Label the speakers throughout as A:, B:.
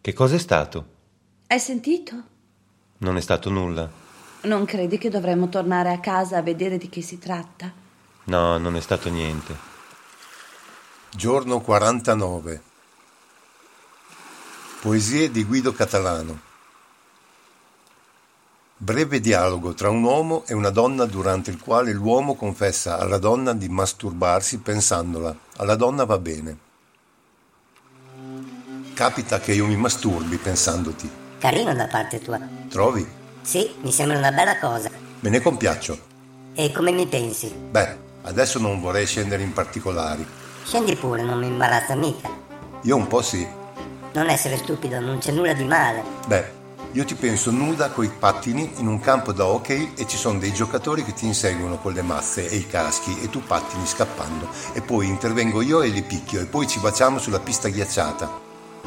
A: Che cosa è stato?
B: Hai sentito?
A: Non è stato nulla.
B: Non credi che dovremmo tornare a casa a vedere di che si tratta?
A: No, non è stato niente.
C: Giorno 49. Poesie di Guido Catalano. Breve dialogo tra un uomo e una donna durante il quale l'uomo confessa alla donna di masturbarsi pensandola, alla donna va bene. Capita che io mi masturbi pensandoti,
D: Carino da parte tua.
C: trovi?
D: Sì, mi sembra una bella cosa.
C: Me ne compiaccio.
D: E come mi pensi?
C: Beh, adesso non vorrei scendere in particolari.
D: Scendi pure, non mi imbarazza mica.
C: Io un po' sì.
D: Non essere stupido, non c'è nulla di male.
C: Beh, io ti penso nuda coi pattini in un campo da hockey e ci sono dei giocatori che ti inseguono con le mazze e i caschi e tu pattini scappando e poi intervengo io e li picchio e poi ci baciamo sulla pista ghiacciata.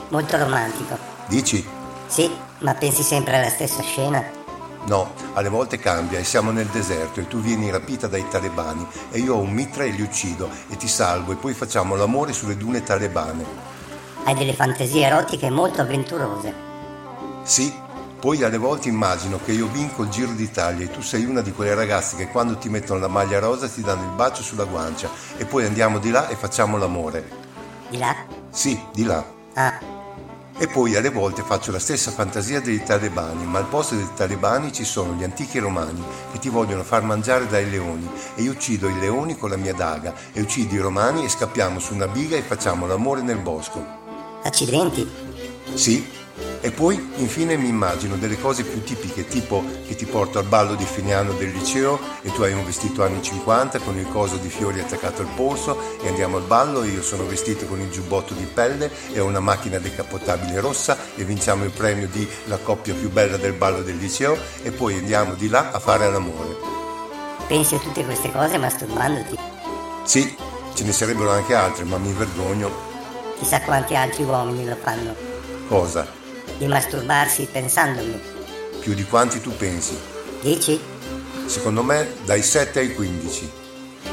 D: Molto romantico.
C: Dici?
D: Sì, ma pensi sempre alla stessa scena?
C: No, alle volte cambia e siamo nel deserto e tu vieni rapita dai talebani e io ho un mitra e li uccido e ti salvo e poi facciamo l'amore sulle dune talebane.
D: Hai delle fantasie erotiche molto avventurose.
C: Sì, poi alle volte immagino che io vinco il Giro d'Italia e tu sei una di quelle ragazze che quando ti mettono la maglia rosa ti danno il bacio sulla guancia e poi andiamo di là e facciamo l'amore.
D: Di là?
C: Sì, di là.
D: Ah,
C: E poi alle volte faccio la stessa fantasia dei talebani, ma al posto dei talebani ci sono gli antichi romani che ti vogliono far mangiare dai leoni e io uccido i leoni con la mia daga e uccido i romani e scappiamo su una biga e facciamo l'amore nel bosco.
D: accidenti.
C: Sì. E poi infine mi immagino delle cose più tipiche, tipo che ti porto al ballo di fine anno del liceo e tu hai un vestito anni 50 con il coso di fiori attaccato al polso e andiamo al ballo e io sono vestito con il giubbotto di pelle e ho una macchina decappottabile rossa e vinciamo il premio di la coppia più bella del ballo del liceo e poi andiamo di là a fare l'amore.
D: Pensi a tutte queste cose masturbandoti.
C: Sì, ce ne sarebbero anche altre, ma mi vergogno.
D: Chissà quanti altri uomini lo fanno.
C: Cosa?
D: Di masturbarsi pensandomi.
C: Più di quanti tu pensi?
D: Dici?
C: Secondo me dai 7 ai 15,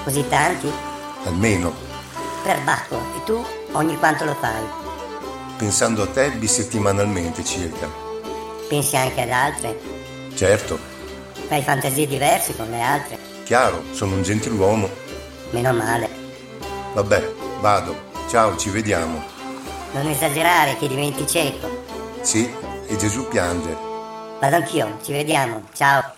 D: Così tanti?
C: almeno.
D: Perbacco. E tu ogni quanto lo fai?
C: pensando a te bisettimanalmente circa.
D: Pensi anche ad altre?
C: Certo,
D: Fai fantasie diverse con le altre?
C: chiaro, sono un gentiluomo.
D: Meno male.
C: Vabbè, vado. Ciao, ci vediamo.
D: Non esagerare che diventi cieco.
C: Sì, e Gesù piange.
D: Vado anch'io, ci vediamo, ciao.